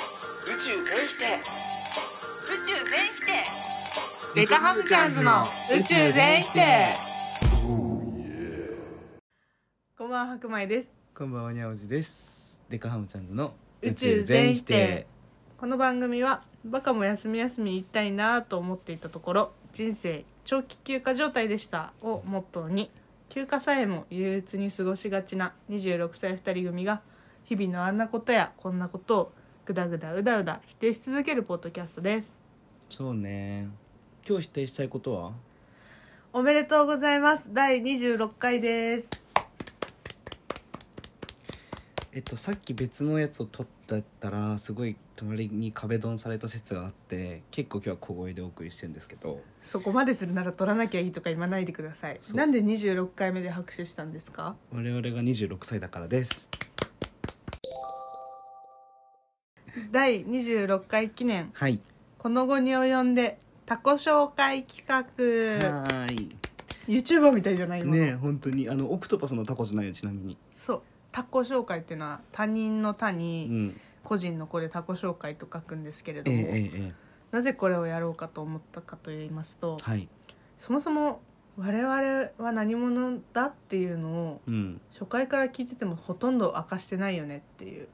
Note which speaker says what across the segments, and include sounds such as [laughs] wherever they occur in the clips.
Speaker 1: 宙全否定宇宙全否定
Speaker 2: デカハムチャンズの宇宙全否定こんばんは白米です
Speaker 3: こんばんはにゃおじですデカハムちゃんズの
Speaker 2: 宇宙全否定この番組はバカも休み休み行きたいなぁと思っていたところ人生長期休暇状態でしたをモットーに休暇さえも憂鬱に過ごしがちな26歳2人組が日々のあんなことやこんなことをぐだぐだうだうだ否定し続けるポッドキャストです
Speaker 3: そうね今日否定したいことは
Speaker 2: おめでとうございます第26回です
Speaker 3: えっとさっき別のやつを撮ったらすごい隣に壁ドンされた説があって結構今日は小声でお送りしてるんですけど
Speaker 2: そこまでするなら取らなきゃいいとか言わないでください
Speaker 3: そう
Speaker 2: なんで26回目で拍手したんですか
Speaker 3: 我々が26歳だからです
Speaker 2: 第26回記念
Speaker 3: はい
Speaker 2: この後に及んでタコ紹介企画
Speaker 3: はー
Speaker 2: YouTuber みたいじゃない
Speaker 3: い
Speaker 2: 今の、
Speaker 3: ねえ本当にあのオクトパスのタコじゃないよちなみに
Speaker 2: そうタコ紹介っていうのは他人の他
Speaker 3: う
Speaker 2: に、
Speaker 3: ん
Speaker 2: 個人の子でタコ紹介と書くんですけれど
Speaker 3: ええ
Speaker 2: も、
Speaker 3: ええええ
Speaker 2: なぜこれをやろうかと思ったかと言いますと、
Speaker 3: はい
Speaker 2: そもそも我々は何者だっていうのを
Speaker 3: うん
Speaker 2: 初回から聞いててもほとんど明かしてないよねっていう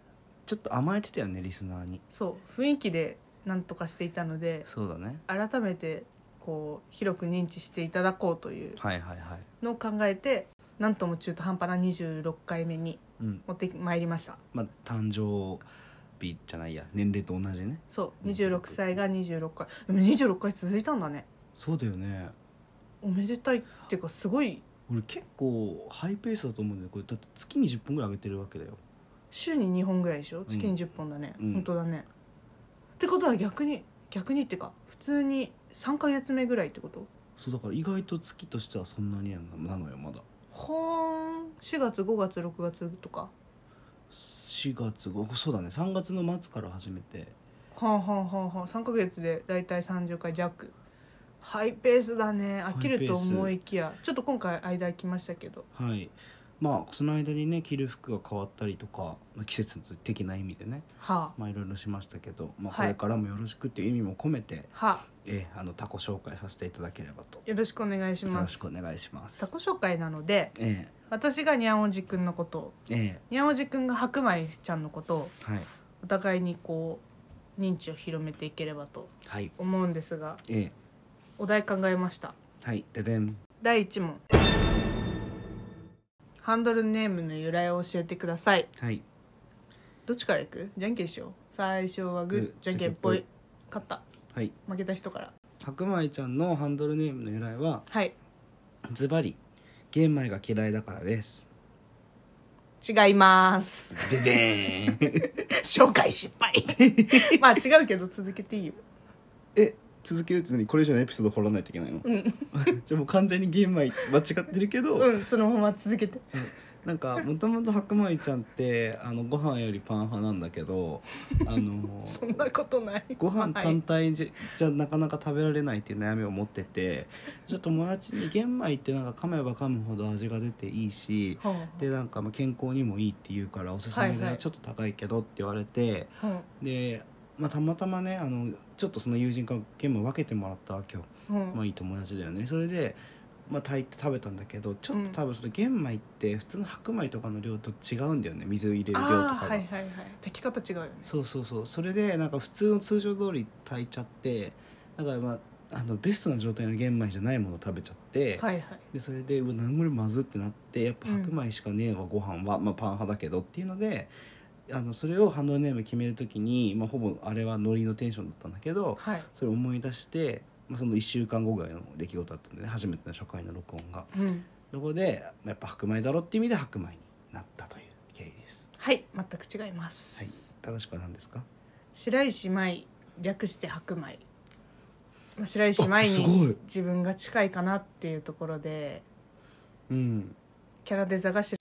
Speaker 3: ちょっと甘えてたよねリスナーに
Speaker 2: そう雰囲気で何とかしていたので
Speaker 3: そうだね
Speaker 2: 改めてこう広く認知していただこうという
Speaker 3: はいはいはい
Speaker 2: のを考えてなんとも中途半端な26回目に
Speaker 3: うん
Speaker 2: 持ってまいりました
Speaker 3: まあ誕生日じゃないや年齢と同じね
Speaker 2: そう26歳が26回でも26回続いたんだね
Speaker 3: そうだよね
Speaker 2: おめでたいっていうかすごい
Speaker 3: 俺結構ハイペースだと思うんだよこれだって月に10本ぐらい上げてるわけだよ
Speaker 2: 週に2本ぐらいでしょ月に10本だね、
Speaker 3: うん
Speaker 2: 本当だねってことは逆に逆にっていうか普通に3ヶ月目ぐらいってこと
Speaker 3: そうだから意外と月としてはそんなにななのよまだ
Speaker 2: ほーん4月5月6月とか
Speaker 3: 4月5そうだね3月の末から始めて
Speaker 2: はあはあはあはあ3ヶ月でだいたい30回弱ハイペースだね飽きると思いきやちょっと今回間空きましたけど
Speaker 3: はいまあその間にね着る服が変わったりとか、まあ、季節的な意味でね
Speaker 2: はあ
Speaker 3: まあいろいろしましたけど、まあ、こ
Speaker 2: はい
Speaker 3: れからもよろしくっていう意味も込めて、
Speaker 2: はあ
Speaker 3: えーあのタコ紹介させていただければと
Speaker 2: よろしくお願いし
Speaker 3: よろ
Speaker 2: ま
Speaker 3: し
Speaker 2: す
Speaker 3: くお願いします
Speaker 2: タコ紹介なので
Speaker 3: え
Speaker 2: 私がにゃんおじくんのことを
Speaker 3: ええ
Speaker 2: にゃんおじくんが白米ちゃんのことを
Speaker 3: えはい
Speaker 2: お互いにこう認知を広めていければと
Speaker 3: はい
Speaker 2: 思うんですが
Speaker 3: ええ
Speaker 2: お題考えました
Speaker 3: はいででん
Speaker 2: 第1問ハンドルネームの由来を教えてください
Speaker 3: はい
Speaker 2: どっちからいくじゃんけんしよう最初はグ
Speaker 3: グ
Speaker 2: ー
Speaker 3: ー
Speaker 2: じゃんけんぽい勝った
Speaker 3: はい
Speaker 2: 負けた人から
Speaker 3: 白米ちゃんのハンドルネームの由来は
Speaker 2: はい
Speaker 3: ズバリ玄米が嫌いだからです
Speaker 2: 違います
Speaker 3: ででーん
Speaker 2: [laughs] 紹介失敗 [laughs] まあ違うけど続けていいよ
Speaker 3: え [laughs] 続けるってのにこれ以上のエピソード掘らないといけないの
Speaker 2: うん、
Speaker 3: [laughs] じゃあもう完全に玄米間違ってるけど、
Speaker 2: うん、そのまま続けて
Speaker 3: なんかもともと白米ちゃんってあのご飯よりパン派なんだけどあの
Speaker 2: [laughs] そんなことない
Speaker 3: ご飯
Speaker 2: は
Speaker 3: 単
Speaker 2: い、
Speaker 3: 体じゃ,、じゃなかなか食べられないっていう悩みを持っててちょっと友達に玄米ってなんか噛めば噛むほど味が出ていいし
Speaker 2: はあ
Speaker 3: でなんかまあ健康にもいいって言うからおすすめ
Speaker 2: は
Speaker 3: だ
Speaker 2: いは
Speaker 3: よ
Speaker 2: い
Speaker 3: ちょっと高いけどって言われて、
Speaker 2: は
Speaker 3: で、まあ、たまたまねあのちょっとその友人から玄米分けてもらったわけよ、
Speaker 2: あはあ
Speaker 3: まあ、いい友達だよねそれで、まあ、炊いて食べたんだけどちょっと多分その玄米って普通の白米とかの量と違うんだよね水を入れる量とかが、
Speaker 2: あーはいはいはい炊き方違うよね
Speaker 3: そうそうそうそれでなんか普通の通常通り炊いちゃってだからまああのベストな状態の玄米じゃないものを食べちゃって、
Speaker 2: はいはい
Speaker 3: でそれでうわ何これまずってなってやっぱ白米しかねえわ、ご飯は、まあ、パン派だけどっていうのであのそれをハンドルネーム決める時に、まあ、ほぼあれはノリのテンションだったんだけど
Speaker 2: はい
Speaker 3: それを思い出して、まあ、その1週間後ぐらいの出来事だったんでね初めての初回の録音が
Speaker 2: うん
Speaker 3: そこでまあやっぱ白米だろって意味で白米になったという経緯です
Speaker 2: はい全く違います、
Speaker 3: はい正しくは何ですか
Speaker 2: 白石舞略して白米まあ白石舞
Speaker 3: あすご
Speaker 2: に
Speaker 3: い
Speaker 2: 自分が近いかなっていうところで
Speaker 3: うん
Speaker 2: キャラデザが白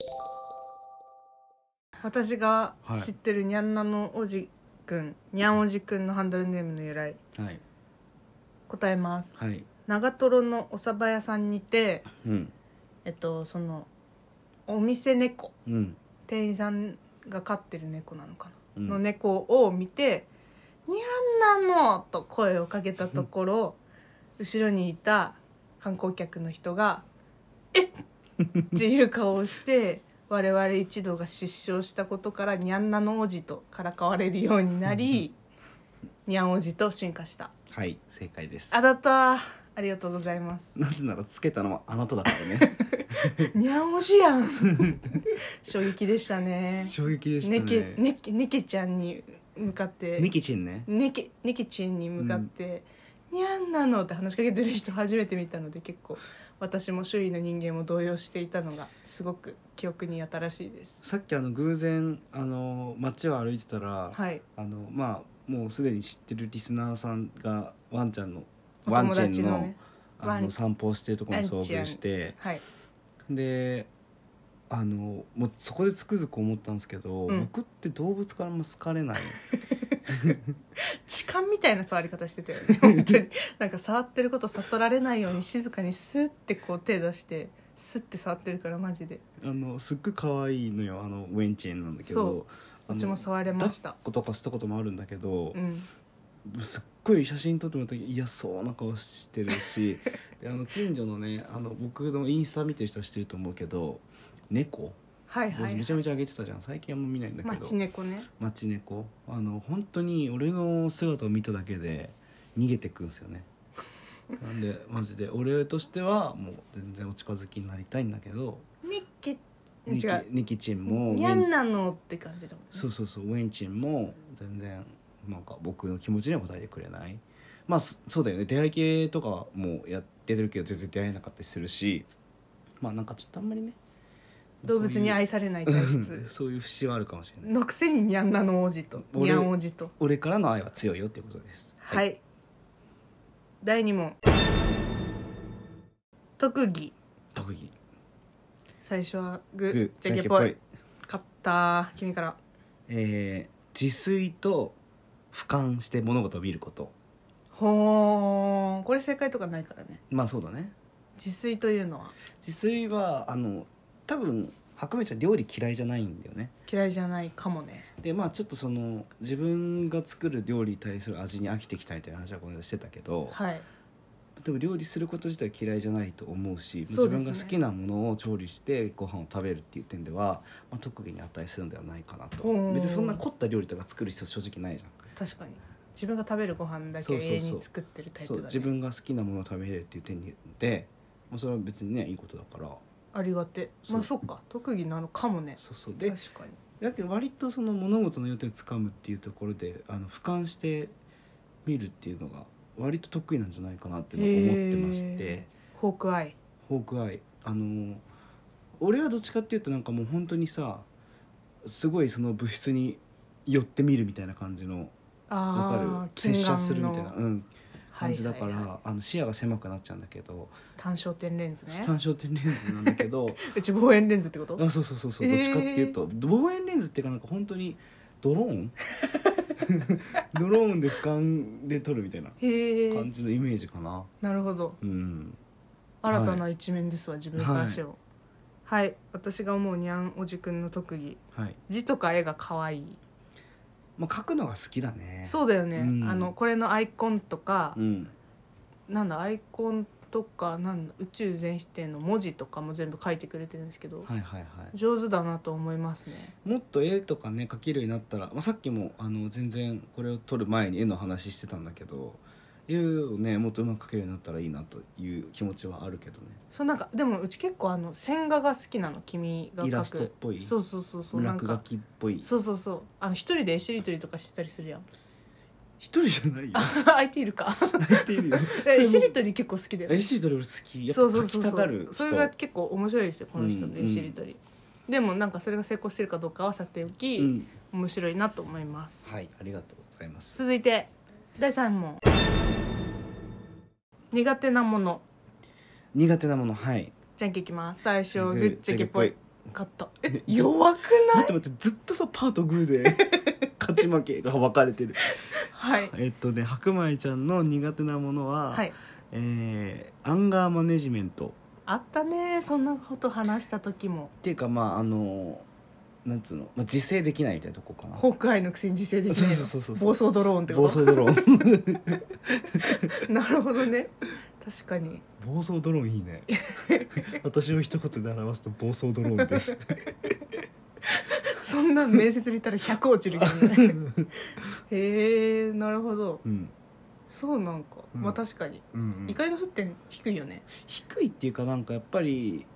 Speaker 2: 私が
Speaker 3: はい
Speaker 2: 知ってるにゃんなのおじくん、にゃんおじくんのハンドルネームの由来
Speaker 3: はい
Speaker 2: 答えます
Speaker 3: はい
Speaker 2: 長瀞のお蕎麦屋さんにて
Speaker 3: うん
Speaker 2: えっとそのお店猫
Speaker 3: うん
Speaker 2: 店員さんが飼ってる猫なのか
Speaker 3: う
Speaker 2: な
Speaker 3: ん
Speaker 2: の猫を見てにゃんなの!」と声をかけたところ後ろにいた観光客の人が「えっ!」っていう顔をして我々一同が失笑したことからにゃんなの王子とからかわれるようになりにゃん王子と進化した。
Speaker 3: はい正解です
Speaker 2: あだったありがとうございます。
Speaker 3: なぜならつけたのはあなただからね
Speaker 2: にゃんおじやん [laughs] 衝撃でしたね
Speaker 3: 衝撃でした
Speaker 2: ねけ
Speaker 3: ね
Speaker 2: ねけねけちゃんに向かって
Speaker 3: ネキチンね
Speaker 2: ねけねけちんに向かって、にゃんなのって話しかけてる人初めて見たので結構私も周囲の人間も動揺していたのがすごく記憶に新しいです
Speaker 3: さっきあの偶然あの街を歩いてたら、
Speaker 2: はい
Speaker 3: あのまあもうすでに知ってるリスナーさんがワンちゃんの
Speaker 2: お
Speaker 3: ワン
Speaker 2: 友
Speaker 3: ちゃんの
Speaker 2: 達のねワ
Speaker 3: あ
Speaker 2: ン
Speaker 3: の散歩をしてるところに遭遇して
Speaker 2: はい
Speaker 3: であのもうそこでつくづく思ったんですけど、
Speaker 2: うん
Speaker 3: 僕って動物からあんま好かれない [laughs]
Speaker 2: 痴漢みたいな触り方してたよね
Speaker 3: [laughs]
Speaker 2: 本当になんか触ってること悟られないように静かにスッてこう手出してスッて触ってるからマジで
Speaker 3: あのすっごい可愛いのよあのウェンチェンなんだけ
Speaker 2: そ
Speaker 3: どあ
Speaker 2: う
Speaker 3: の
Speaker 2: ちも触れました
Speaker 3: 抱っことかしたこともあるんだけど
Speaker 2: う、ん
Speaker 3: すっごい写真撮ってもらった時嫌そうな顔してる
Speaker 2: [laughs]
Speaker 3: しであの近所のねあの僕のインスタ見てる人は知ってると思うけど猫
Speaker 2: はいはい
Speaker 3: めちゃめちゃ上げてたじゃん最近あんま見ないんだけど
Speaker 2: 街猫ね
Speaker 3: 街猫あの本当に俺の姿を見ただけで逃げてくんですよ
Speaker 2: [laughs]
Speaker 3: ねなんでマジで俺としてはもう全然お近づきになりたいんだけど
Speaker 2: ねけ
Speaker 3: ニキ
Speaker 2: 違う
Speaker 3: ニキチンも
Speaker 2: にゃ
Speaker 3: ウェ
Speaker 2: ん
Speaker 3: ン
Speaker 2: なのって感じだもんね
Speaker 3: そうそうそうウェンチンも全然なんか僕の気持ちには応えてくれないまあそそうだよね出会い系とかもやってるけど全然出会えなかったりするしまあなんかちょっとあんまりね
Speaker 2: 動物に愛
Speaker 3: さ
Speaker 2: されない体質
Speaker 3: そういう節はあるかもしれない
Speaker 2: のくせににゃんなの王子と
Speaker 3: 俺
Speaker 2: にゃん王子と
Speaker 3: 俺からの愛は強いよっていうことです
Speaker 2: はい、第2問特技
Speaker 3: 特技
Speaker 2: 最初はグ
Speaker 3: グ
Speaker 2: ー
Speaker 3: ー
Speaker 2: じゃけ
Speaker 3: け
Speaker 2: ぽい勝った君から
Speaker 3: えー自炊と俯瞰して物事を見ること
Speaker 2: ほーんこれ正解とかないからね
Speaker 3: まあそうだね
Speaker 2: 自炊というのは
Speaker 3: 自炊はあの多分白米ちゃん料理嫌いじゃないんだよね
Speaker 2: 嫌いじゃないかもね
Speaker 3: でまあちょっとその自分が作る料理に対する味に飽きてきたみたいな話はこの間してたけど、
Speaker 2: はい
Speaker 3: でも料理すること自体嫌いじゃないと思うし
Speaker 2: そう
Speaker 3: 自分
Speaker 2: ですね
Speaker 3: が好きなものを調理してご飯を食べるっていう点では、まあ、特技に値するんではないかなと
Speaker 2: おー
Speaker 3: 別にそんな凝った料理とか作る必要正直ないじゃん
Speaker 2: 確かに自分が食べるご飯だけ
Speaker 3: そうそうそう
Speaker 2: 永遠に作ってるタイプ
Speaker 3: そ
Speaker 2: だ
Speaker 3: う
Speaker 2: ね
Speaker 3: 自分が好きなものを食べれるっていう点で、まあ、それは別にねいいことだから
Speaker 2: ありがて
Speaker 3: そう
Speaker 2: まあそっか特技なのかもね
Speaker 3: そうそうで
Speaker 2: 確かに
Speaker 3: だけど割とその物事の予定をつかむっていうところであの俯瞰して見るっていうのが割と得意なんじゃないかなっていうのを思ってまし
Speaker 2: へ
Speaker 3: て
Speaker 2: ホークアイ
Speaker 3: ホークアイあの俺はどっちかっていうとなんかもう本当にさすごいその物質に寄ってみるみたいな感じのわか
Speaker 2: あ
Speaker 3: る
Speaker 2: あ
Speaker 3: 接写するみたいな、うん、
Speaker 2: は
Speaker 3: 感
Speaker 2: い
Speaker 3: じだから、
Speaker 2: はいは
Speaker 3: あの視野が狭くなっちゃうんだけど
Speaker 2: い単焦点レンズね
Speaker 3: 単焦点レンズなんだけ [laughs] ど
Speaker 2: うち望遠レンズってこと
Speaker 3: あそうそうそうそう、
Speaker 2: えー
Speaker 3: どっちかっていうと望遠レンズっていうかなんか本当にドローン [laughs] ドローンで俯瞰で撮るみたいな
Speaker 2: へえ
Speaker 3: 感じのイメージかな、
Speaker 2: なるほど
Speaker 3: うん
Speaker 2: 新たな一面ですわ、自分からしてもはい、私が思うにゃんおじくんの特技
Speaker 3: はい、
Speaker 2: 字とか絵が可愛い
Speaker 3: まあ、書くのが好きだね
Speaker 2: そうだよね、
Speaker 3: うん
Speaker 2: あのこれのアイコンとか、
Speaker 3: ん、
Speaker 2: なんだアイコンとかなんだ宇宙全否定の文字とかも全部書いてくれてるんですけど、
Speaker 3: はいはいは
Speaker 2: 上手だなと思いますね
Speaker 3: いもっと絵とかね描けるようになったら、まあ、さっきもあの全然これを撮る前に絵の話してたんだけど絵をねもっとうまく描けるようになったらいいなという気持ちはあるけどね
Speaker 2: そうなんかでもうち結構あの線画が好きなの君が描く
Speaker 3: イラストっぽい
Speaker 2: そうそうそうそうなん
Speaker 3: 落書
Speaker 2: か
Speaker 3: きっぽい
Speaker 2: そうそうそうあの一人で絵しりとりとかしてたりするやん [laughs]
Speaker 3: 一人じゃないよ
Speaker 2: 空いている
Speaker 3: [laughs]
Speaker 2: か
Speaker 3: 泣いているよそれ
Speaker 2: 絵
Speaker 3: も
Speaker 2: しりとり結構好きだよ
Speaker 3: エシードル俺好きやっぱ
Speaker 2: そうそう
Speaker 3: 書
Speaker 2: そ
Speaker 3: き
Speaker 2: うそ
Speaker 3: たがる
Speaker 2: う
Speaker 3: 人
Speaker 2: それが結構面白いですよこの人の
Speaker 3: う
Speaker 2: 絵
Speaker 3: ん
Speaker 2: しりとり、でもなんかそれが成功してるかどうかはさておき、
Speaker 3: うん、
Speaker 2: 面白いなと思います
Speaker 3: はいありがとうございます
Speaker 2: 続いて第3問苦手なもの
Speaker 3: 苦手なものはい
Speaker 2: じゃんけんいきます最初グッチェケっぽい勝ったえ
Speaker 3: ね
Speaker 2: 弱くな
Speaker 3: 待
Speaker 2: い
Speaker 3: って待ってずっとさパーとグー
Speaker 2: [laughs]
Speaker 3: で勝ち負けが分かれてる
Speaker 2: はい
Speaker 3: えっとね白米ちゃんの苦手なものは、
Speaker 2: はい
Speaker 3: えーアンガーマネジメント
Speaker 2: あったねそんなこと話した時も
Speaker 3: っていうかまああのなんつうの、まあ、自制できないみたいなとこかな
Speaker 2: ホークアイのくせに自制できないの
Speaker 3: そうそうそうそう
Speaker 2: 暴走ドローンって
Speaker 3: 暴
Speaker 2: こ
Speaker 3: 走ドローン
Speaker 2: となるほどね確かに
Speaker 3: 暴走ドローンいいね私を一言で表すと暴走ドローンです
Speaker 2: そんな面接にいたら100落ちるけどね
Speaker 3: [laughs]
Speaker 2: へえなるほど
Speaker 3: うん
Speaker 2: そうなんか、
Speaker 3: うん
Speaker 2: まあ確かに
Speaker 3: うん、うん、
Speaker 2: 怒りの沸点低いよね
Speaker 3: 低いっていうかなんかやっぱり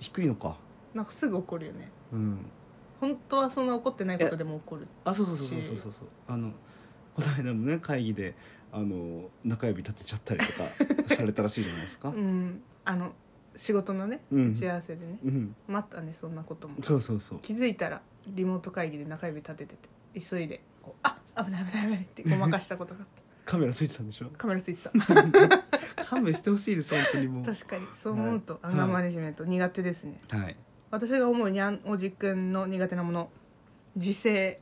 Speaker 3: 低いのか
Speaker 2: なんかすぐ怒るよね
Speaker 3: うん
Speaker 2: 本当はそんな怒ってないことでも怒る
Speaker 3: あそうそうそうそうそうそうあのこの間もね会議であの中指立てちゃったりとかされたらしいじゃないですか
Speaker 2: [laughs] う、んあの仕事のね
Speaker 3: うん
Speaker 2: 打ち合わせでね、
Speaker 3: うん、
Speaker 2: 待ったねそんなことも
Speaker 3: そうそうそう
Speaker 2: 気づいたらリモート会議で中指立ててて急いでこう「あ危ない危ない危ない」ってごまかしたことがあっ
Speaker 3: カメラついてたんで
Speaker 2: [laughs]
Speaker 3: しょ
Speaker 2: たカメラついてた
Speaker 3: 勘弁してほしいです本当にもう
Speaker 2: 確かにそう思うとアンガーマネジメント苦手ですね、
Speaker 3: はい
Speaker 2: 私が思うにゃんおじくんの苦手なもの自制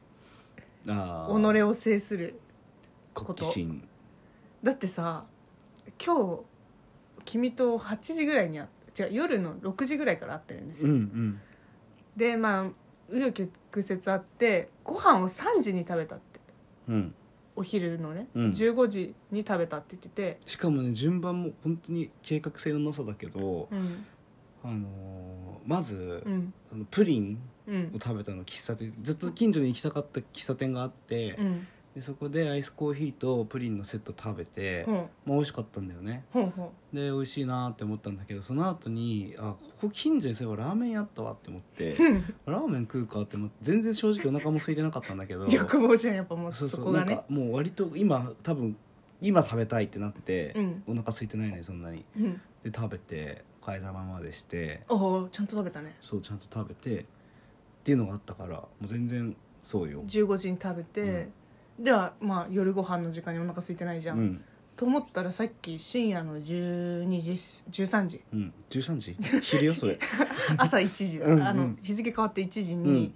Speaker 3: あ
Speaker 2: 己
Speaker 3: ー
Speaker 2: を制する
Speaker 3: 好奇心
Speaker 2: だってさ今日君と8時ぐらいにあ違う夜の6時ぐらいから会ってるんです
Speaker 3: う
Speaker 2: よ、
Speaker 3: ん
Speaker 2: でまあ紆余曲折あってご飯を3時に食べたって
Speaker 3: うんうん
Speaker 2: お昼のね、
Speaker 3: うん
Speaker 2: 15時に食べたって言ってて、
Speaker 3: しかもね順番も本当に計画性のなさだけど、
Speaker 2: うん
Speaker 3: あのーまず、
Speaker 2: うん
Speaker 3: あのプリン
Speaker 2: うん
Speaker 3: を食べたの喫茶店ずっと近所に行きたかった喫茶店があって、
Speaker 2: うん
Speaker 3: でそこでアイスコーヒーとプリンのセット食べて、
Speaker 2: ほん
Speaker 3: まあ、美味しかったんだよね
Speaker 2: ほんほん
Speaker 3: で美味しいなって思ったんだけどその後にあここ近所にそういえばラーメン屋あったわって思って [laughs]
Speaker 2: うん
Speaker 3: ラーメン食うかって思って全然正直お腹も空いてなかったんだけど
Speaker 2: 欲望じゃんやっぱもう
Speaker 3: そう
Speaker 2: そ
Speaker 3: そう
Speaker 2: こが
Speaker 3: なん
Speaker 2: ね
Speaker 3: かもう割と今多分今食べたいってなって、
Speaker 2: うん
Speaker 3: お腹空いてないのにそんなに
Speaker 2: うん
Speaker 3: で食べて替え玉までして
Speaker 2: おおちゃんと食べたね
Speaker 3: そうちゃんと食べてっていうのがあったからもう全然そうよ、
Speaker 2: 15時に食べて、ではまあ夜ご飯の時間にお腹空いてないじ
Speaker 3: う
Speaker 2: ゃん、
Speaker 3: ん
Speaker 2: と思ったらさっき深夜の12時13時
Speaker 3: うん、13時昼よ
Speaker 2: [laughs]
Speaker 3: それ
Speaker 2: 朝1時
Speaker 3: うんうん
Speaker 2: あの日付変わって1時に、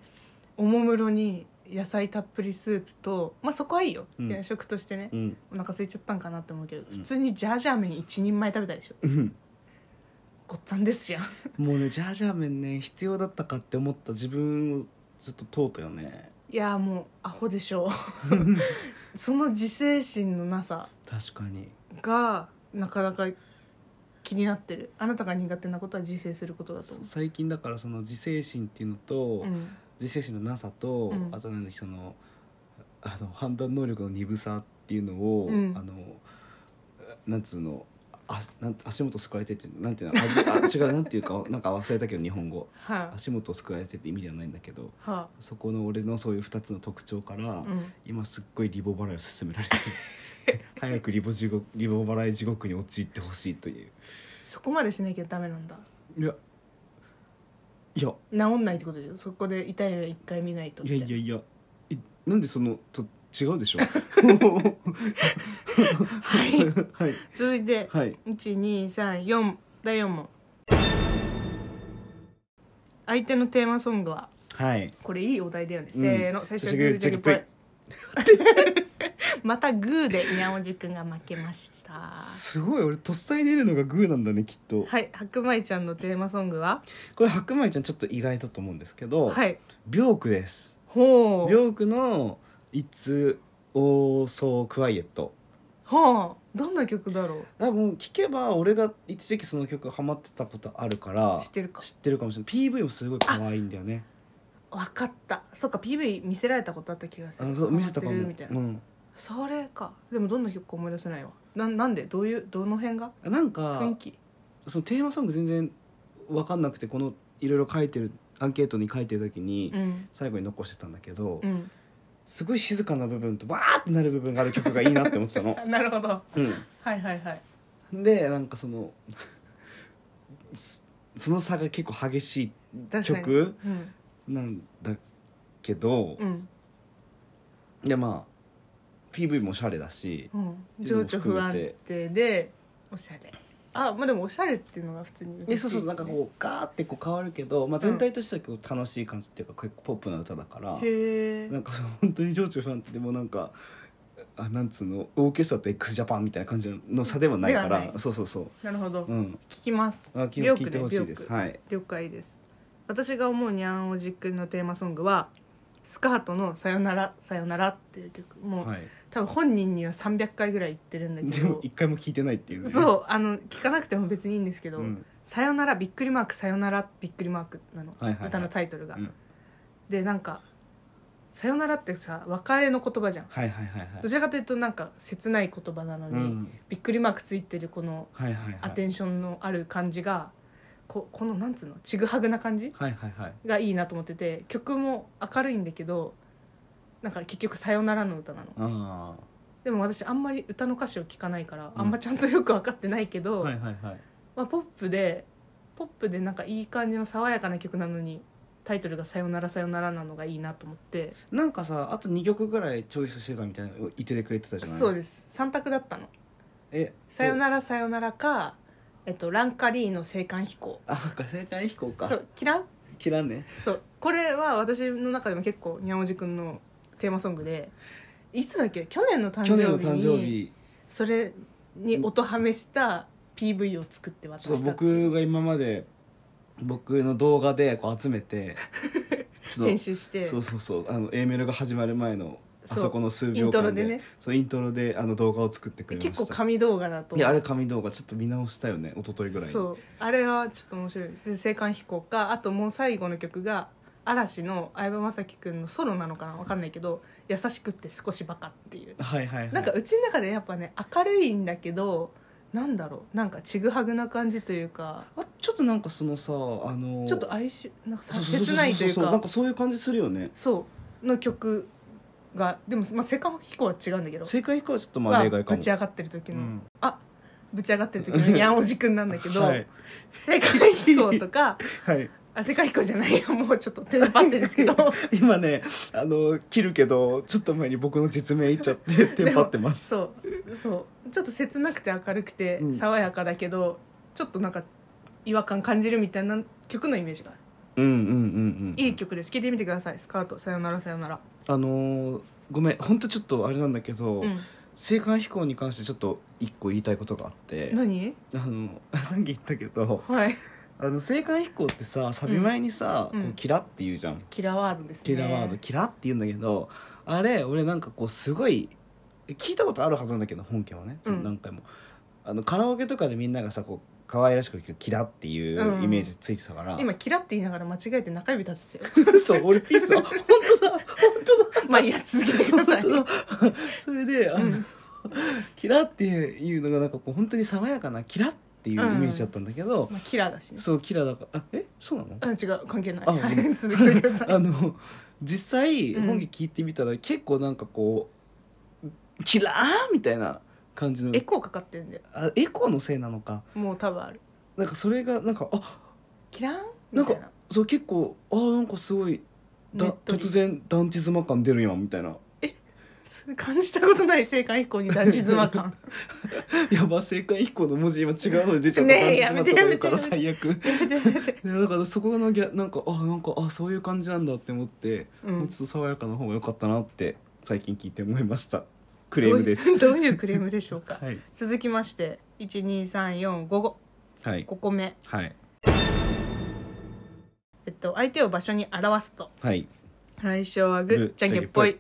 Speaker 2: おもむろに野菜たっぷりスープとまあそこはいいよ、
Speaker 3: うん
Speaker 2: 夜食としてね
Speaker 3: う、ん
Speaker 2: お腹空いちゃったんかなって思うけど、
Speaker 3: ん
Speaker 2: 普通にジャージャー麺一人前食べたでしょ
Speaker 3: うん
Speaker 2: ごっつぁんですじゃん
Speaker 3: もうねジャージャー麺ね必要だったかって思った自分をちょっと問うたよね
Speaker 2: いやーもうアホでし
Speaker 3: [laughs]
Speaker 2: ょうその自制心のなさ
Speaker 3: 確かに
Speaker 2: がなかなか気になってるあなたが苦手なことは自制することだと思う
Speaker 3: 最近だからその自制心っていうのと、
Speaker 2: うん
Speaker 3: 自制心のなさと、
Speaker 2: うん
Speaker 3: あとなんだっけそのあの判断能力の鈍さっていうのを、
Speaker 2: うん
Speaker 3: あのなんつうのあなん足元すくわれてってなんていうの味あ違うなんていうかなんか忘れたけど日本語
Speaker 2: は
Speaker 3: 足元をすくわれてって意味ではないんだけど
Speaker 2: あ、は
Speaker 3: そこの俺のそういう2つの特徴から、
Speaker 2: あ、うん
Speaker 3: 今すっごいリボ払いを勧められてる
Speaker 2: [laughs]
Speaker 3: 早くリボ地獄リボ払い地獄に陥ってほしいという
Speaker 2: そこまでしなきゃダメなんだ
Speaker 3: いやいや
Speaker 2: 治んないってことでしょそこで痛い目一回見ないと
Speaker 3: いやいやいやいなんでそのと違うでしょ
Speaker 2: [laughs] はい
Speaker 3: はい
Speaker 2: 続いて
Speaker 3: はい
Speaker 2: 1234第4問相手のテーマソングは
Speaker 3: はい
Speaker 2: これいいお題だよね、せーの最初はグー
Speaker 3: 最初
Speaker 2: じゃ
Speaker 3: は
Speaker 2: け
Speaker 3: グー
Speaker 2: ぽい
Speaker 3: [laughs]
Speaker 2: またグーでにゃおじくんが負けました
Speaker 3: すごい俺とっさに出るのがグーなんだねきっと
Speaker 2: はい白米ちゃんのテーマソングは
Speaker 3: これ白米ちゃんちょっと意外だと思うんですけど、
Speaker 2: はい
Speaker 3: ビョークです
Speaker 2: ほ
Speaker 3: ビョ
Speaker 2: う
Speaker 3: ークの「It's All So Quiet
Speaker 2: ほうどんな曲だろ」
Speaker 3: 多分聞けば俺が一時期その曲ハマってたことあるから
Speaker 2: う知ってるか
Speaker 3: 知ってるかもしれない PV もすごい可愛いんだよね
Speaker 2: わかったそっか PV 見せられたことあった気がす
Speaker 3: あ
Speaker 2: る
Speaker 3: そう見せたかも、
Speaker 2: ハマってるみたいな
Speaker 3: うん、
Speaker 2: それかでもどんな曲か思い出せないわななんでどういうどの辺が
Speaker 3: なんか
Speaker 2: 雰囲気
Speaker 3: そのテーマソング全然分かんなくてこのいろいろ書いてるアンケートに書いてる時に
Speaker 2: うん
Speaker 3: 最後に残してたんだけど、
Speaker 2: うん。
Speaker 3: すごい静かな部分とわーってなる部分がある曲がいいなって思ってたの
Speaker 2: [laughs] なるほど
Speaker 3: う
Speaker 2: はいはいはい
Speaker 3: ん、でなんかその [laughs] そその差が結構激しい
Speaker 2: 確かに
Speaker 3: 曲
Speaker 2: うん
Speaker 3: なんだけど、
Speaker 2: うん
Speaker 3: でまあ PV もおしゃれだし、
Speaker 2: うん情緒不安定でおしゃれあまあでもおしゃれっていうのが普通に
Speaker 3: で
Speaker 2: 嬉し
Speaker 3: そ
Speaker 2: いで
Speaker 3: う
Speaker 2: す
Speaker 3: そ
Speaker 2: ね
Speaker 3: うなんかこうガーってこう変わるけど、まあ、全体としては結構楽しい感じっていうか結構ポップな歌だから。
Speaker 2: へえ
Speaker 3: なんかその本当に情緒不安定でもなんかあなんつうのオーケストラと x ジャパンみたいな感じの差ではないか
Speaker 2: では
Speaker 3: ら
Speaker 2: ない
Speaker 3: そうそうそう
Speaker 2: なるほど
Speaker 3: うん
Speaker 2: 聞きます
Speaker 3: あ聞
Speaker 2: ビョー
Speaker 3: 聞いて
Speaker 2: クで
Speaker 3: ほ
Speaker 2: ビ
Speaker 3: し
Speaker 2: ョ
Speaker 3: い
Speaker 2: ー
Speaker 3: です
Speaker 2: ク
Speaker 3: はい
Speaker 2: 了解です私が思うにゃんおじくんのテーマソングはスカートの「さよならさよなら」っていう曲もう、
Speaker 3: はい、
Speaker 2: 多分本人には300回ぐらい言ってるんだけ
Speaker 3: でも
Speaker 2: ど
Speaker 3: 一回も聞いてないっていうね
Speaker 2: そうあの聞かなくても別にいいんですけど「
Speaker 3: うん
Speaker 2: さよならびっくりマークさよならびっくりマーク」なの、
Speaker 3: はいはいはい
Speaker 2: 歌のタイトルが。
Speaker 3: うん
Speaker 2: でなんか「さよなら」ってさ別れの言葉じゃん。
Speaker 3: はいはいはいはい
Speaker 2: どちらかというとなんか切ない言葉なのに、
Speaker 3: うん
Speaker 2: びっくりマークついてるこの
Speaker 3: はいはいはい
Speaker 2: アテンションのある感じがここのなんつうのちぐはぐな感じ
Speaker 3: はいはいはい
Speaker 2: がいいなと思ってて曲も明るいんだけどなんか結局「さよなら」の歌なの
Speaker 3: あ
Speaker 2: でも私あんまり歌の歌詞を聞かないから
Speaker 3: うん
Speaker 2: あんまちゃんとよく分かってないけ
Speaker 3: あ
Speaker 2: ど、
Speaker 3: はいはいはい
Speaker 2: まあ、ポップでポップでなんかいい感じの爽やかな曲なのにタイトルが「さよならさよなら」なのがいいなと思って
Speaker 3: なんかさあと2曲ぐらいチョイスしてたみたいなの言っててくれてたじゃない
Speaker 2: そう
Speaker 3: す
Speaker 2: です3択だったの
Speaker 3: え
Speaker 2: 「さよならさよなら」か、えっと「ランカリーの青函飛行
Speaker 3: あそっか正解飛行」か
Speaker 2: そう嫌う
Speaker 3: 切らんね
Speaker 2: そうこれは私の中でも結構にゃんおじくんのテーマソングでいつだっけ去年の誕
Speaker 3: 去
Speaker 2: 生
Speaker 3: 年の
Speaker 2: 日
Speaker 3: 誕
Speaker 2: に
Speaker 3: 生日
Speaker 2: それに音はめした PV を作って渡
Speaker 3: そう
Speaker 2: したっていう
Speaker 3: 僕が今まで僕の動画でこう集め
Speaker 2: [laughs]
Speaker 3: てちょっと
Speaker 2: 編集して
Speaker 3: そうそうそうあの A メロが始まる前のあ
Speaker 2: そう
Speaker 3: そこの数秒間で
Speaker 2: イントロでね
Speaker 3: そうイントロであの動画を作ってくれました
Speaker 2: 結構神動画だと
Speaker 3: いやあれ紙動画ちょっと見直したよね一昨日ぐらいに
Speaker 2: そうあれはちょっと面白いで青函飛行かあともう最後の曲が嵐の相葉雅紀くんのソロなのかなわかんないけど「優しくって少しバカ」っていう
Speaker 3: はいはいはい
Speaker 2: なんかうちの中でやっぱね明るいんだけどなんだろうなんかちぐはぐな感じというか
Speaker 3: あちょっとなんかそのさあの
Speaker 2: ちょっと哀愁なんか
Speaker 3: そうそう
Speaker 2: さ
Speaker 3: そうそう
Speaker 2: 切ないという
Speaker 3: そうなん
Speaker 2: か
Speaker 3: かそういう感じするよね
Speaker 2: そうの曲がでもまあ青函飛行は違うんだけど
Speaker 3: 正解以降はちょっとまあ
Speaker 2: が
Speaker 3: 例外か
Speaker 2: ぶ
Speaker 3: も
Speaker 2: ち上がってる時の、
Speaker 3: うん
Speaker 2: あぶち上がってる時のにゃんおじくんなんだけど、 [laughs]
Speaker 3: はい、
Speaker 2: 青函飛行とか
Speaker 3: はい、
Speaker 2: あ青函飛行じゃないよもうちょっと手でパってるんですけど
Speaker 3: [laughs] 今ねあの切るけどちょっと前に僕の実名言っちゃ
Speaker 2: [laughs]
Speaker 3: ってテンパってます
Speaker 2: そうそうちょっと切なくて明るくて
Speaker 3: うん
Speaker 2: 爽やかだけど、ちょっとなんか違和感感じるみたいな曲のイメージがある
Speaker 3: うんうんうんうん
Speaker 2: いい曲です聴いてみてください「スカートさよならさよなら
Speaker 3: あのーごめん本当ちょっとあれなんだけ」ど、
Speaker 2: うん、
Speaker 3: 青函飛行に関してちょっと一個言いたいことがあって
Speaker 2: 何
Speaker 3: あの [laughs] さっき言ったけど
Speaker 2: はい
Speaker 3: あの青函飛行ってさサビ前にさ「
Speaker 2: うん
Speaker 3: こうキラ」って言うじゃん、
Speaker 2: キラーワードです
Speaker 3: キ
Speaker 2: ね
Speaker 3: ラーワード「キラ」って言うんだけどあれ俺なんかこうすごい聞いたことあるはずなんだけど本家はね、その
Speaker 2: うん
Speaker 3: 何回もあのカラオケとかでみんながさこう可愛らしく「キラ」っていうイメージついてたから、
Speaker 2: 今キラって言いながら間違えて中指立ててよ
Speaker 3: そう俺ピー
Speaker 2: [laughs]
Speaker 3: スあ本当だ本当だ
Speaker 2: まあいいや続けてください
Speaker 3: 本当だそれであの、
Speaker 2: うん
Speaker 3: キラっていうのがなんかこう本当に爽やかなキラっていうイメージだったんだけど、
Speaker 2: まあ、キラーだしね
Speaker 3: そうキラだからあえそうなの
Speaker 2: うん違う関係ない
Speaker 3: あ
Speaker 2: は
Speaker 3: ごめ
Speaker 2: い続けてくださ
Speaker 3: [laughs]
Speaker 2: い
Speaker 3: あの実際
Speaker 2: うん
Speaker 3: 本気聞いてみたら結構なんかこう「キラー!」みたいな感じの
Speaker 2: エコーかかってんだよ
Speaker 3: あエコーのせいなのか
Speaker 2: もう多分ある
Speaker 3: なんかそれがなんかあ
Speaker 2: キラーン
Speaker 3: な
Speaker 2: み
Speaker 3: んか
Speaker 2: たいな
Speaker 3: そう結構あなんかすごいだ
Speaker 2: ねっとり
Speaker 3: 突然団地妻感出るやんみたいな [laughs]
Speaker 2: 感じたことない青函飛行に断じ妻
Speaker 3: [laughs]
Speaker 2: 感
Speaker 3: やば青函飛行の文字今違うので出ちゃった
Speaker 2: [laughs] ねえ
Speaker 3: 団地妻とか言うから
Speaker 2: やめて
Speaker 3: 最悪
Speaker 2: やめてやめ
Speaker 3: い
Speaker 2: て
Speaker 3: やだからそこのギャなんかあなんかあそういう感じなんだって思って、
Speaker 2: うん
Speaker 3: もうちょっと爽やかな方が良かったなって最近聞いて思いましたクレームです
Speaker 2: どういうどういうクレームでしょうか
Speaker 3: はい
Speaker 2: 続きまして1234555
Speaker 3: はい
Speaker 2: 個目
Speaker 3: はい
Speaker 2: えっと相手を場所に表すと
Speaker 3: はい
Speaker 2: 最初はグ
Speaker 3: グ
Speaker 2: ーじゃんけんぽい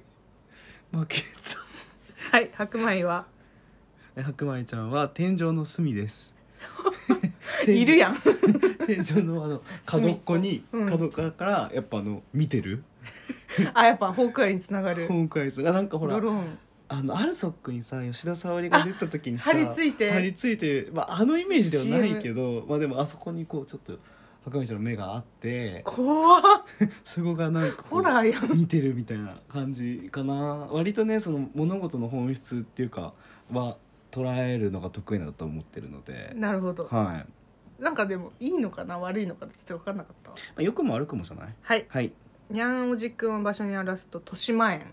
Speaker 3: 負け
Speaker 2: はい白米は
Speaker 3: た [laughs] 白米ちゃんは天井の隅です
Speaker 2: [laughs] いるやん
Speaker 3: 天井のあの
Speaker 2: 隅
Speaker 3: 角っこに、
Speaker 2: うん
Speaker 3: 角っこからやっぱあの見てる
Speaker 2: あやっぱ崩壊につながる
Speaker 3: 今回さなんかほら
Speaker 2: ドローン
Speaker 3: あのアルソックにさ吉田沙保里が出た時にさ
Speaker 2: あ張り付いて
Speaker 3: 張り付いてる、まあ、あのイメージではないけど、まあ、でもあそこにこうちょっと白米ちゃんの目があって
Speaker 2: 怖っ
Speaker 3: そこがなんかこ
Speaker 2: ホ
Speaker 3: う
Speaker 2: ラーやん
Speaker 3: [laughs] 見てるみたいな感じかな割とねその物事の本質っていうかは捉えるのが得意だと思ってるので、
Speaker 2: なるほど
Speaker 3: はいま
Speaker 2: なんかでもいいのかな悪いのかちょっと分かんなかったわ
Speaker 3: あ、良くも悪くもじゃない
Speaker 2: はい
Speaker 3: はい
Speaker 2: にゃんおじくんを場所に表すと豊島園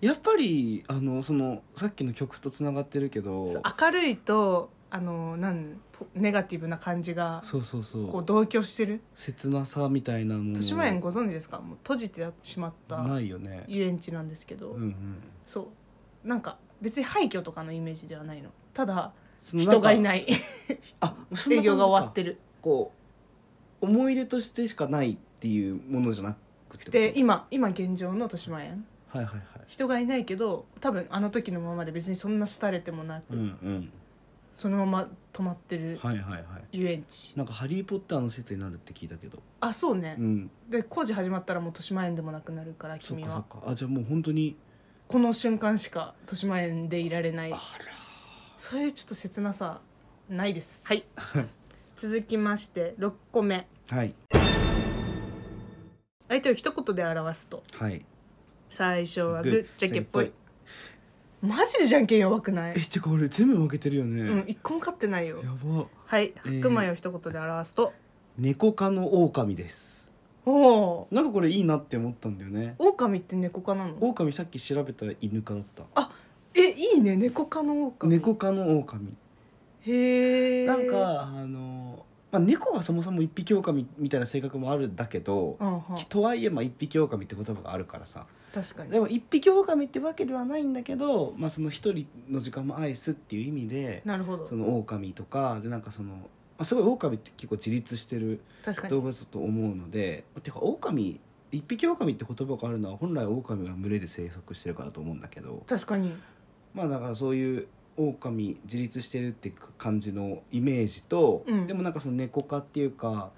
Speaker 3: やっぱりあのそのさっきの曲とつながってるけど
Speaker 2: そう明るいとあのなんポネガティブな感じが
Speaker 3: そうそうそう
Speaker 2: こう同居してる
Speaker 3: 切なさみたいなもの
Speaker 2: 豊島園ご存知ですかもう閉じてしまった
Speaker 3: ないよね
Speaker 2: 遊園地なんですけど、
Speaker 3: うんうん
Speaker 2: そうなんか別に廃墟とかのイメージではないのただ
Speaker 3: その
Speaker 2: 人がい
Speaker 3: んか
Speaker 2: ない
Speaker 3: あそんな感
Speaker 2: 営
Speaker 3: じか
Speaker 2: 業が終わってる
Speaker 3: こう思い出としてしかないっていうものじゃなくて
Speaker 2: で今今現状の豊島園
Speaker 3: はいはいはい
Speaker 2: 人がいないけど多分あの時のままで別にそんな廃れてもなく、
Speaker 3: うんうん
Speaker 2: そのまま止まってる
Speaker 3: はいはいはい
Speaker 2: 遊園地、
Speaker 3: なんか「ハリー・ポッター」の説になるって聞いたけど
Speaker 2: あそうね、
Speaker 3: うん
Speaker 2: で工事始まったらもう豊島園でもなくなるから
Speaker 3: そっ
Speaker 2: 君
Speaker 3: かそ
Speaker 2: は
Speaker 3: っかあじゃあもう本当に
Speaker 2: この瞬間しか豊島園でいられない
Speaker 3: あら
Speaker 2: そういうちょっと切なさないですはい続きまして6個目
Speaker 3: [laughs] はい
Speaker 2: 相手を一言で表すと
Speaker 3: はい
Speaker 2: 最初は
Speaker 3: グ
Speaker 2: グ
Speaker 3: ッ
Speaker 2: ッチェケっぽいマジでじゃんけん弱くない
Speaker 3: えてか俺全部負けてるよね、
Speaker 2: うん一個も勝ってないよ
Speaker 3: やば
Speaker 2: はい
Speaker 3: えー
Speaker 2: 白米を一言で表すと、
Speaker 3: 猫科の狼です
Speaker 2: おお
Speaker 3: なんかこれいいなって思ったんだよね
Speaker 2: 狼って猫科なの
Speaker 3: 狼さっき調べたら犬科だった
Speaker 2: えいいね猫科の狼
Speaker 3: 猫科の狼
Speaker 2: へえ
Speaker 3: なんかあの、まあ、猫がそもそも一匹狼みたいな性格もあるんだけど、
Speaker 2: うんうん
Speaker 3: きとはいえまあ一匹狼って言葉があるからさ
Speaker 2: 確かに
Speaker 3: でも一匹狼ってわけではないんだけど、まあ、その一人の時間も愛すっていう意味で
Speaker 2: なるほど
Speaker 3: その狼とかでなんかその、まあ、すごい狼って結構自立してる
Speaker 2: 確かに
Speaker 3: 動物だと思うのでてか狼一匹狼って言葉があるのは本来狼が群れで生息してるからだと思うんだけど
Speaker 2: 確かに
Speaker 3: まあだからそういう狼自立してるって感じのイメージと、
Speaker 2: うん
Speaker 3: でもなんかその猫科っていうか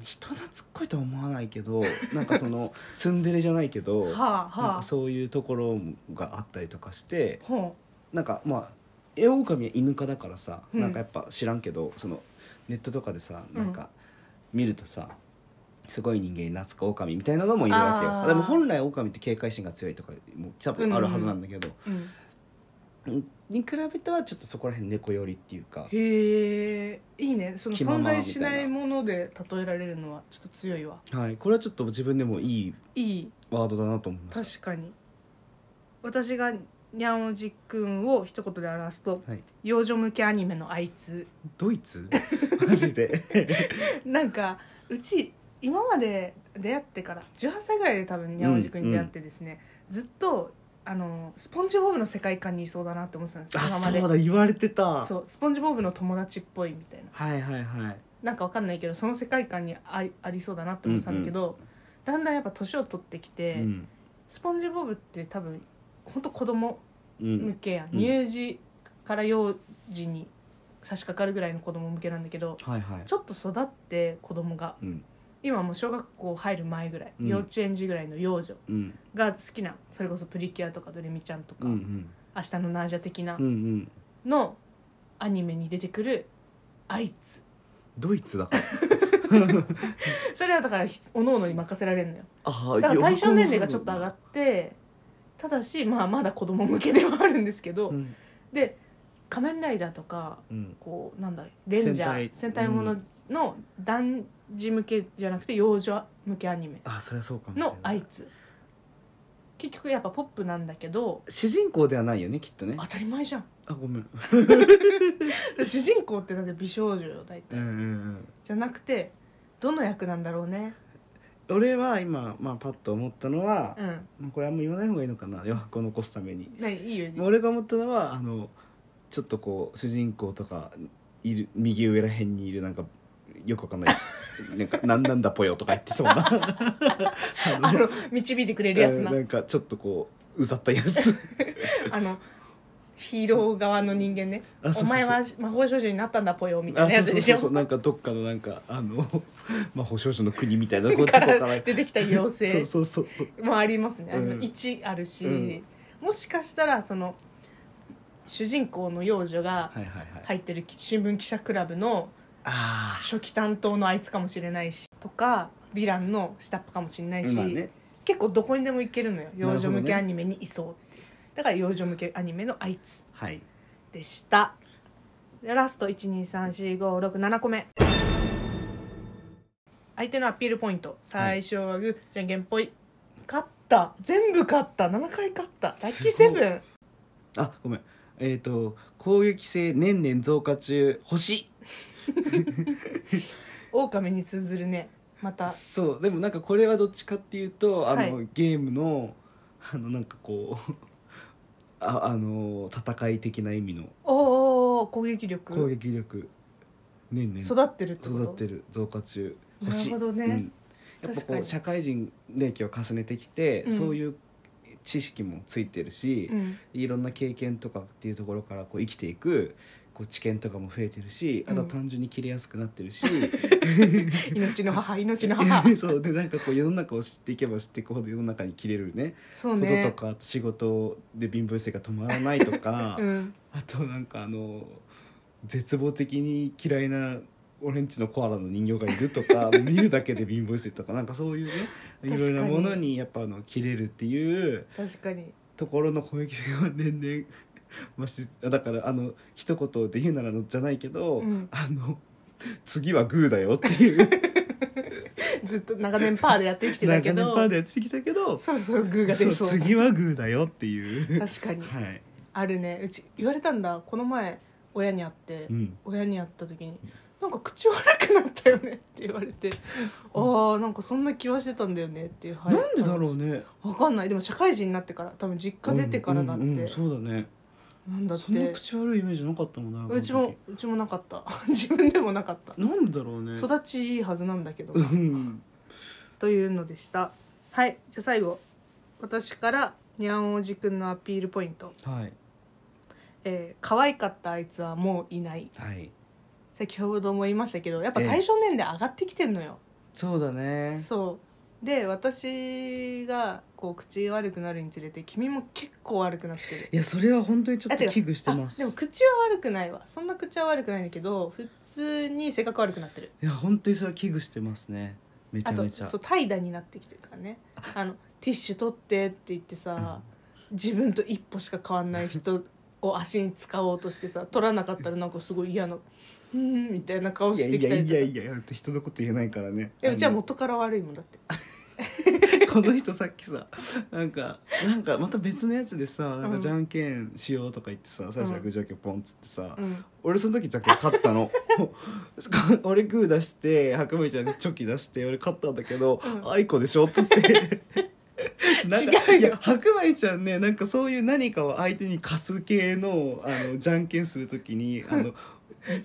Speaker 3: 人懐っこいとは思わないけどなんかそのツンデレじゃないけ
Speaker 2: [laughs]
Speaker 3: ど、
Speaker 2: はあ
Speaker 3: なん
Speaker 2: はあ
Speaker 3: かそういうところがあったりとかして
Speaker 2: ほ
Speaker 3: なんかまあエオオカミは犬科だからさ、
Speaker 2: うん
Speaker 3: なんかやっぱ知らんけどそのネットとかでさなんか見るとさ、すごい人間に懐くオオカミみたいなのもいるわけ
Speaker 2: あ
Speaker 3: よ
Speaker 2: ー
Speaker 3: でも本来オオカミって警戒心が強いとかも多分あるはずなんだけど、
Speaker 2: う、うん、
Speaker 3: に比べてはちょっとそこら辺猫寄りっていうか
Speaker 2: へえいいねその
Speaker 3: 気まま
Speaker 2: 存
Speaker 3: みたいな
Speaker 2: 在しないもので例えられるのはちょっと強いわ
Speaker 3: はいこれはちょっと自分でもいい
Speaker 2: いい
Speaker 3: ワードだなと思いまし
Speaker 2: 確かに私がにゃんおじくんを一言で表すと
Speaker 3: たはい
Speaker 2: 幼女向けアニメのあいつ [laughs]
Speaker 3: ドイツマジで
Speaker 2: なんかうち今まで出会ってから18歳ぐらいで多分にゃんおじくんに出会ってですね、ずっとあのスポンジボブの世界観にいそうだなって思ってたんですよ
Speaker 3: あ
Speaker 2: 今まで
Speaker 3: そうだ言われてた
Speaker 2: そうスポンジボブの友達っぽいみたいな
Speaker 3: はいはいはい
Speaker 2: なんかわかんないけどその世界観にありありそうだなって思ってたんだけど、だんだんやっぱ年を取ってきて、
Speaker 3: うん
Speaker 2: スポンジボブって多分ほんと子供
Speaker 3: う
Speaker 2: 向
Speaker 3: ん
Speaker 2: けやん、
Speaker 3: うん
Speaker 2: 乳児から幼児に差し掛かるぐらいの子供向けなんだけど
Speaker 3: はいはい
Speaker 2: ちょっと育って子供が
Speaker 3: うん
Speaker 2: 今もう小学校入る前ぐらい、
Speaker 3: うん
Speaker 2: 幼稚園児ぐらいの幼女
Speaker 3: うん
Speaker 2: が好きなそれこそプリキュアとかドレミちゃんとか、
Speaker 3: うんうん
Speaker 2: 明日のナージャ的な
Speaker 3: うんうん
Speaker 2: のアニメに出てくるあいつ
Speaker 3: ドイツだから
Speaker 2: それはだからひ各々に任せられるのよ
Speaker 3: ああ
Speaker 2: だから対象年齢がちょっと上がってただし、まあ、まだ子供向けではあるんですけど、
Speaker 3: うん
Speaker 2: で「仮面ライダー」とか
Speaker 3: うん
Speaker 2: こうなんだレンジャー
Speaker 3: 戦
Speaker 2: 戦
Speaker 3: 隊
Speaker 2: 隊ものの男児向けじゃなくて幼女向けアニメ
Speaker 3: あそれはそうかもしれない
Speaker 2: のあいつ結局やっぱポップなんだけど
Speaker 3: 主人公ではないよねきっとね
Speaker 2: 当たり前じゃん
Speaker 3: あごめん
Speaker 2: で主人公ってだって美少女よ大
Speaker 3: う
Speaker 2: 体、
Speaker 3: んうんうん
Speaker 2: じゃなくてどの役なんだろうね
Speaker 3: 俺は今まあパッと思ったのは
Speaker 2: うん
Speaker 3: まあこれあんま言わない方がいいのかな余白を残すために
Speaker 2: 何いいよ
Speaker 3: 俺が思ったのはあのちょっとこう主人公とかいる右上らへんにいるなんかよくわか [laughs] んないなんか「なんなんだぽよ」とか言ってそう
Speaker 2: [laughs]
Speaker 3: な
Speaker 2: あの導いてくれるやつな
Speaker 3: うんなんかちょっとこううざったやつ
Speaker 2: あのヒーロー側の人間ね
Speaker 3: あそうそうそう
Speaker 2: お前は魔法少女になったんだぽよみたいなやつでしょ
Speaker 3: あそうそうそうそうなんかどっかのなんかあの [laughs] 魔法少女の国みたいなこうとこ
Speaker 2: [laughs] か
Speaker 3: からら
Speaker 2: 出てきた妖
Speaker 3: そう
Speaker 2: 精
Speaker 3: そうそうそう
Speaker 2: もありますね、あの
Speaker 3: うん
Speaker 2: 1あるし、
Speaker 3: うん
Speaker 2: もしかしたらその主人公の幼女が
Speaker 3: はいはいはい、
Speaker 2: 入ってる新聞記者クラブの
Speaker 3: あ
Speaker 2: 初期担当のあいつかもしれないしとかヴィランの下っ端かもしれない
Speaker 3: あ
Speaker 2: し、
Speaker 3: まあね
Speaker 2: 結構どこにでも行けるのよ幼
Speaker 3: なるほ
Speaker 2: 女
Speaker 3: どね
Speaker 2: 向けアニメにいそうっていう、だから幼女向けアニメのあいつ
Speaker 3: はい
Speaker 2: でしたでラスト123456個目相手のアピールポイント
Speaker 3: はい
Speaker 2: 最初はグーじゃんけんぽい勝った全部勝った7回勝ったラッキー
Speaker 3: す
Speaker 2: セ
Speaker 3: ごい
Speaker 2: ブン
Speaker 3: あごめんえっ、と攻撃性年々増加中星
Speaker 2: 狼に通ずるねまた
Speaker 3: そうでもなんかこれはどっちかっていうとあの、
Speaker 2: は
Speaker 3: ゲームのあのなんかこう [laughs] ああの戦い的な意味の
Speaker 2: おーおーおー攻撃
Speaker 3: 攻
Speaker 2: 力
Speaker 3: 撃力年々
Speaker 2: 育ってるってこと
Speaker 3: 育ってる増加中
Speaker 2: なるほどね
Speaker 3: うんやっぱ
Speaker 2: 確か
Speaker 3: こ
Speaker 2: に
Speaker 3: う社会人歴を重ねてきて、
Speaker 2: うん
Speaker 3: そういう知識もついてるし、
Speaker 2: うん
Speaker 3: いろんな経験とかっていうところからこう生きていくこう知見とかも増えてるしあとは単純に切れやすくなってる
Speaker 2: [laughs]
Speaker 3: し、
Speaker 2: 命
Speaker 3: [laughs]
Speaker 2: の母命の母
Speaker 3: そうでなんかこう世の中を知っていけば知っていくほど世の中に切れるね
Speaker 2: そう
Speaker 3: こと
Speaker 2: ね
Speaker 3: とか、仕事で貧乏性が止まらないとか、
Speaker 2: うん、
Speaker 3: あとなんかあの絶望的に嫌いな俺んちのコアラの人形がいると
Speaker 2: [laughs]
Speaker 3: か見るだけで貧乏性とかなんかそういうねい
Speaker 2: 確かに
Speaker 3: ろいろなものにやっぱあの切れるっていう
Speaker 2: 確かに
Speaker 3: ところの攻撃性は年 [laughs] 々増してだからあの一言で言うならのじゃないけど、
Speaker 2: うん
Speaker 3: あの次はグーだよって
Speaker 2: [laughs]
Speaker 3: いう。
Speaker 2: ずっと長年パーでやってきてたけ
Speaker 3: なん
Speaker 2: ど
Speaker 3: かねパーでやってきたけど
Speaker 2: そろそろグーが出そう
Speaker 3: そう次はグーだよっていう
Speaker 2: 確かに
Speaker 3: はい、
Speaker 2: あるねうち言われたんだこの前親に会って、
Speaker 3: うん、
Speaker 2: 親に会った時に「なんか口悪くなったよね」って言われて「ああんかそんな気はしてたんだよね」っていう話
Speaker 3: なんでだろうね
Speaker 2: わかんないでも社会人になってから多分実家出てからだって、
Speaker 3: うんうんうんそうだね
Speaker 2: なんだっ
Speaker 3: そんな
Speaker 2: て
Speaker 3: 口悪いイメージなかったもんな
Speaker 2: うちもうちもなかった [laughs] 自分でもなかった、
Speaker 3: なんでだろうね
Speaker 2: 育ちいいはずなんだけど
Speaker 3: うん
Speaker 2: というのでしたはいじゃあ最後私からにゃんおじくんのアピールポイント
Speaker 3: はい
Speaker 2: 「えー可愛かったあいつはもういない
Speaker 3: はい」
Speaker 2: 先ほども言いましたけどやっぱ対象年齢上がってきてんのよ、
Speaker 3: そうだね
Speaker 2: そうで私がこう口悪くなるにつれて君も結構悪くなってる
Speaker 3: いやそれは本当にちょっ
Speaker 2: あて
Speaker 3: と
Speaker 2: か
Speaker 3: 危惧してます
Speaker 2: あでも口は悪くないわそんな口は悪くないんだけど普通に性格悪くなってる
Speaker 3: いや本当にそれは危惧してますねめち
Speaker 2: あ
Speaker 3: ゃ
Speaker 2: と
Speaker 3: めちゃ
Speaker 2: そう怠惰になってきてるからねあのティッシュ取ってって言ってさ、自分と一歩しか変わんない人
Speaker 3: [laughs]
Speaker 2: を足に使おうとしてさ取らなかったらなんかすごい嫌なうーんみたいな顔
Speaker 3: い
Speaker 2: し
Speaker 3: や
Speaker 2: て
Speaker 3: い
Speaker 2: きた
Speaker 3: や
Speaker 2: り
Speaker 3: い
Speaker 2: とか
Speaker 3: や
Speaker 2: い
Speaker 3: いやいや本当人のこと言えないからね
Speaker 2: やうちは
Speaker 3: あの
Speaker 2: 元から悪いもんだって
Speaker 3: この人さっきさなんかなんかまた別のやつでさなんかじゃんけんしようとか言ってさ最初はグーじゃんけんポンっつってさ、
Speaker 2: うん
Speaker 3: 俺その時じゃんけん勝ったの [laughs] 俺グー出して白米ちゃんにチョキ出して俺勝ったんだけど「
Speaker 2: うん
Speaker 3: あいこでしょ」っつって
Speaker 2: [laughs]
Speaker 3: なんか
Speaker 2: 違うよ
Speaker 3: いや白米ちゃんねなんかそういう何かを相手に貸す系のあのじゃんけんする時にあ
Speaker 2: [laughs]
Speaker 3: の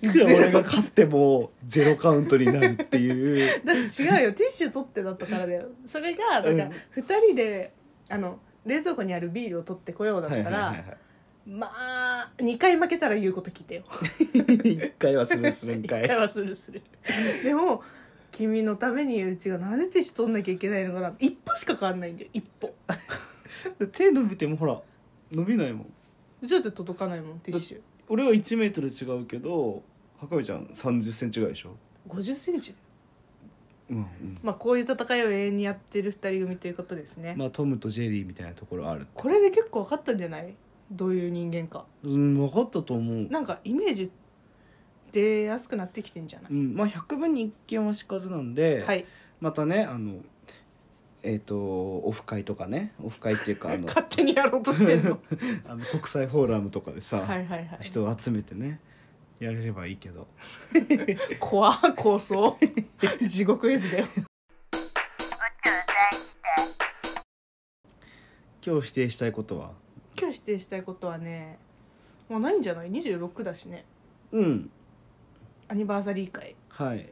Speaker 3: いくら俺が勝ってもゼロカウントになるっていう
Speaker 2: だって違うよティッシュ取ってだったからだよそれがだから
Speaker 3: うん
Speaker 2: 2人であの冷蔵庫にあるビールを取ってこよう [laughs] だったら、
Speaker 3: はいはいはい [laughs]
Speaker 2: まあ2回負けたら言うこと聞いてよ
Speaker 3: 一回はするするん
Speaker 2: 1 [laughs]
Speaker 3: か
Speaker 2: 回
Speaker 3: い。
Speaker 2: はするするでも君のためにうちがなんでティッシュ取んなきゃいけないのかな一歩しか変わんないんだよ一歩
Speaker 3: 手伸びてもほら伸びないもん。
Speaker 2: うちだって届かないもんティッシュ
Speaker 3: 俺は1メートル違うけど、博美ちゃん30センチぐらいでしょ。
Speaker 2: 5 0ンチ
Speaker 3: うんうん。
Speaker 2: まあこういう戦いを永遠にやってる2人組ということですね、
Speaker 3: まあトムとジェリーみたいなところある。
Speaker 2: これで結構分かったんじゃないどういう人間か
Speaker 3: うん、分かったと思う。
Speaker 2: なんかイメージ出やすくなってきてんじゃな
Speaker 3: う
Speaker 2: い、
Speaker 3: ん、まあ100分に一見はしかずなんで、
Speaker 2: はい
Speaker 3: またねあのえっ、とオフ会とかねオフ会っていうかあの
Speaker 2: 勝手にやろうとして
Speaker 3: [laughs]
Speaker 2: んの
Speaker 3: あの国際フォーラムとかでさ、
Speaker 2: はいはいはい
Speaker 3: 人を集めてねやれればいいけど。
Speaker 2: 怖っ構想 [laughs] 地獄絵図だよ
Speaker 3: 今日否定したいことは、
Speaker 2: 今日否定したいことはねもうないんじゃない26だしね
Speaker 3: うん、
Speaker 2: アニバーサリー会
Speaker 3: はい。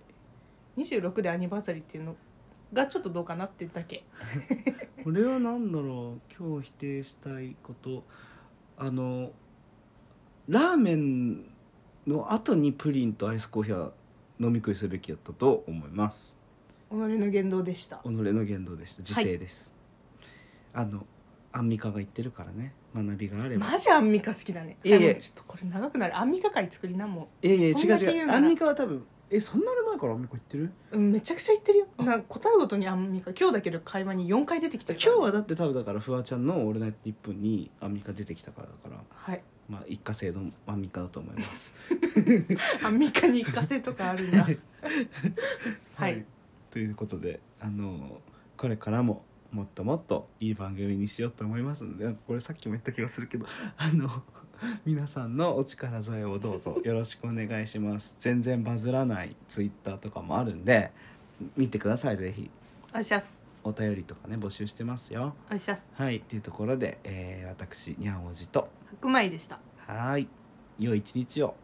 Speaker 2: 26でアニバーサリーっていうのがちょっとどうかなってだけ
Speaker 3: これは何だろう今日否定したいことあのラーメンの後にプリンとアイスコーヒーは飲み食いすべきだったと思います
Speaker 2: 己の言動でした
Speaker 3: 己の言動でした自制です、あのアンミカが言ってるからね学びがあれば
Speaker 2: マジアンミカ好きだね
Speaker 3: いえいえ
Speaker 2: あのちょっとこれ長くなるアンミカ会作りなも
Speaker 3: いやいや
Speaker 2: そ
Speaker 3: 違
Speaker 2: んだ
Speaker 3: う
Speaker 2: け言
Speaker 3: 違
Speaker 2: う
Speaker 3: う
Speaker 2: なら
Speaker 3: アンミカは多分えそんなに前からアンミカ言ってる
Speaker 2: う、うん、めちゃくちゃ言ってるよなんか答えるごとにアンミカ今日だけで会話に4回出てきて
Speaker 3: 今
Speaker 2: る
Speaker 3: 日
Speaker 2: から
Speaker 3: はだって多分だからフワちゃんの「オールナイトニッポン」にアンミカ出てきたからだから
Speaker 2: はい
Speaker 3: まあ一過性のアンミカだと思います
Speaker 2: アンミカに行かせとかあるん
Speaker 3: [laughs]
Speaker 2: [laughs] だはい、
Speaker 3: ということであのこれからももっともっといい番組にしようと思いますのでなんかこれさっきも言った気がするけど [laughs] あの皆さんのお力添えをどうぞよろしくお願いします全然バズらないツイッターとかもあるんで見てくださいぜひ
Speaker 2: おいしゃす
Speaker 3: お便りとかね募集してますよ
Speaker 2: おいしゃす
Speaker 3: はいっていうところで、えー私にゃんおじと
Speaker 2: 白米でした
Speaker 3: はーい良い一日を